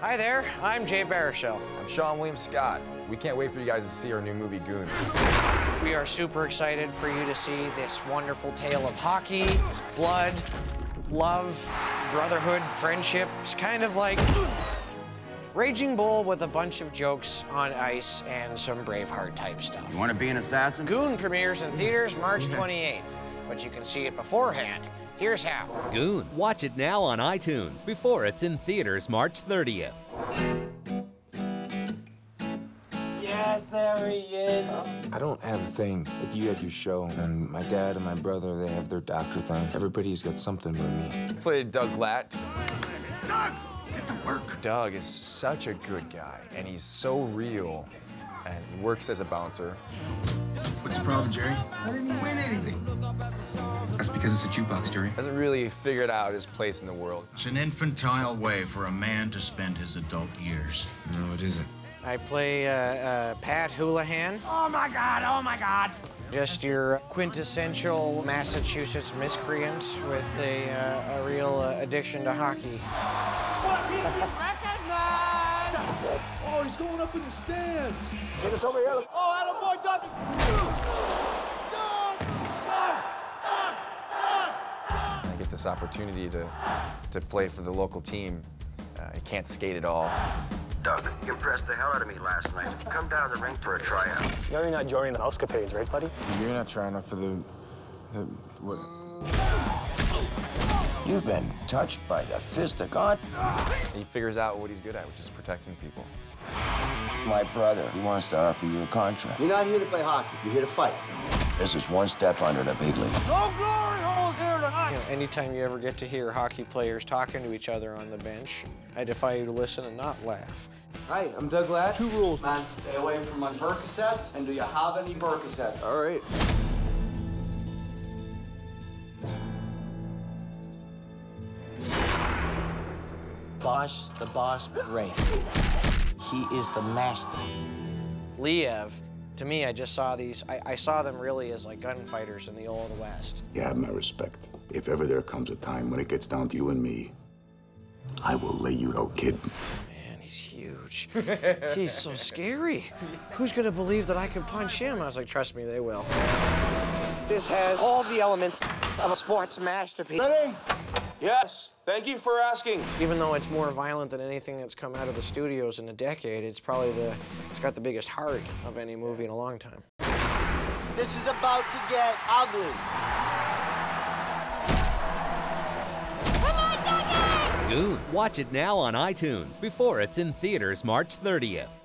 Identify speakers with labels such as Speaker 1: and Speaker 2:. Speaker 1: Hi there, I'm Jay Baruchel.
Speaker 2: I'm Sean William Scott. We can't wait for you guys to see our new movie, Goon.
Speaker 1: We are super excited for you to see this wonderful tale of hockey, blood, love, brotherhood, friendship. It's kind of like Raging Bull with a bunch of jokes on ice and some Braveheart type stuff.
Speaker 3: You want to be an assassin?
Speaker 1: Goon premieres in theaters March 28th, but you can see it beforehand. Here's how.
Speaker 4: Goon. Watch it now on iTunes before it's in theaters March 30th.
Speaker 5: Yes, there he is.
Speaker 2: I don't have a thing. Like you had your show, and my dad and my brother, they have their doctor thing. Everybody's got something but me. Played Doug Latt. Doug is such a good guy, and he's so real. And he works as a bouncer.
Speaker 6: What's the problem, Jerry? I didn't win anything. That's because it's a jukebox, Jerry.
Speaker 2: Hasn't really figured out his place in the world.
Speaker 7: It's an infantile way for a man to spend his adult years.
Speaker 2: No, it isn't.
Speaker 1: I play uh, uh, Pat Houlihan.
Speaker 5: Oh my god, oh my god.
Speaker 1: Just your quintessential Massachusetts miscreant with a, uh, a real uh, addiction to hockey.
Speaker 5: What a piece of recognize!
Speaker 8: Oh, he's going up in the stands.
Speaker 5: Oh, atta boy, Dougie! Doug! Doug! Doug! Doug!
Speaker 2: I get this opportunity to, to play for the local team. Uh, I can't skate at all.
Speaker 3: Doug, you impressed the hell out of me last night. Come down to the rink for a tryout.
Speaker 9: You know you're not joining the escapades, right, buddy?
Speaker 2: You're not trying out for the, the what?
Speaker 3: You've been touched by the fist of God.
Speaker 2: He figures out what he's good at, which is protecting people.
Speaker 3: My brother, he wants to offer you a contract.
Speaker 6: You're not here to play hockey. You're here to fight.
Speaker 3: This is one step under the big league.
Speaker 5: No glory holes here tonight!
Speaker 1: You know, anytime you ever get to hear hockey players talking to each other on the bench, I defy you to listen and not laugh.
Speaker 6: Hi, I'm Doug Latt. Two rules.
Speaker 10: Man, stay away from my Percocets. And do you have any Percocets?
Speaker 6: All right.
Speaker 5: Boss, the boss, Ray. He is the master.
Speaker 1: Liev, to me, I just saw these, I, I saw them really as like gunfighters in the Old West.
Speaker 11: You have my respect. If ever there comes a time when it gets down to you and me, I will lay you out, kid.
Speaker 1: Man, he's huge. he's so scary. Who's gonna believe that I can punch him? I was like, trust me, they will.
Speaker 5: This has all the elements of a sports masterpiece.
Speaker 3: Yes, thank you for asking.
Speaker 1: Even though it's more violent than anything that's come out of the studios in a decade, it's probably the, it's got the biggest heart of any movie in a long time.
Speaker 5: This is about to get ugly.
Speaker 4: Goon. Watch it now on iTunes before it's in theaters March 30th.